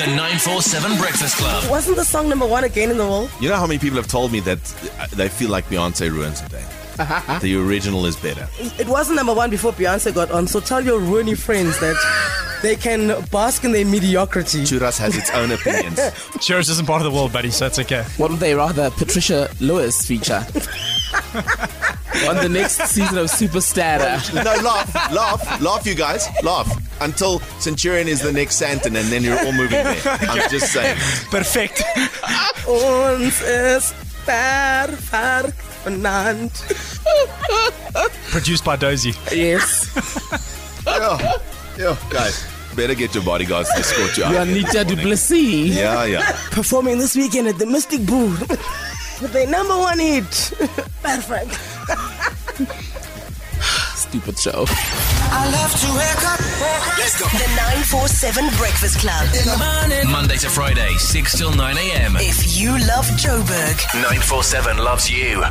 947 Breakfast Club. Wasn't the song number one again in the world? You know how many people have told me that uh, they feel like Beyonce ruins a day? the original is better. It wasn't number one before Beyonce got on. So tell your Rooney friends that they can bask in their mediocrity. Judas has its own opinions. Cheers isn't part of the world, buddy, so it's okay. What would they rather Patricia Lewis feature on the next season of Superstar? no, laugh, laugh, laugh, you guys, laugh. Until Centurion is the next Santon, and then you're all moving there. I'm just saying. Perfect. Ons is ver, ver vanaand. Produced by Dozy. Yes, Yeah, yeah, guys, better get your bodyguards to escort you out. here this Juanita morning. Duplessis. Yeah, yeah. Performing this weekend at the Mystic Booth with their number one hit. Perfect. Stupid show. I love to wake up. Let's go. The 947 Breakfast Club. In the morning. Monday to Friday, 6 till 9 a.m. If you love Joburg, 947 loves you.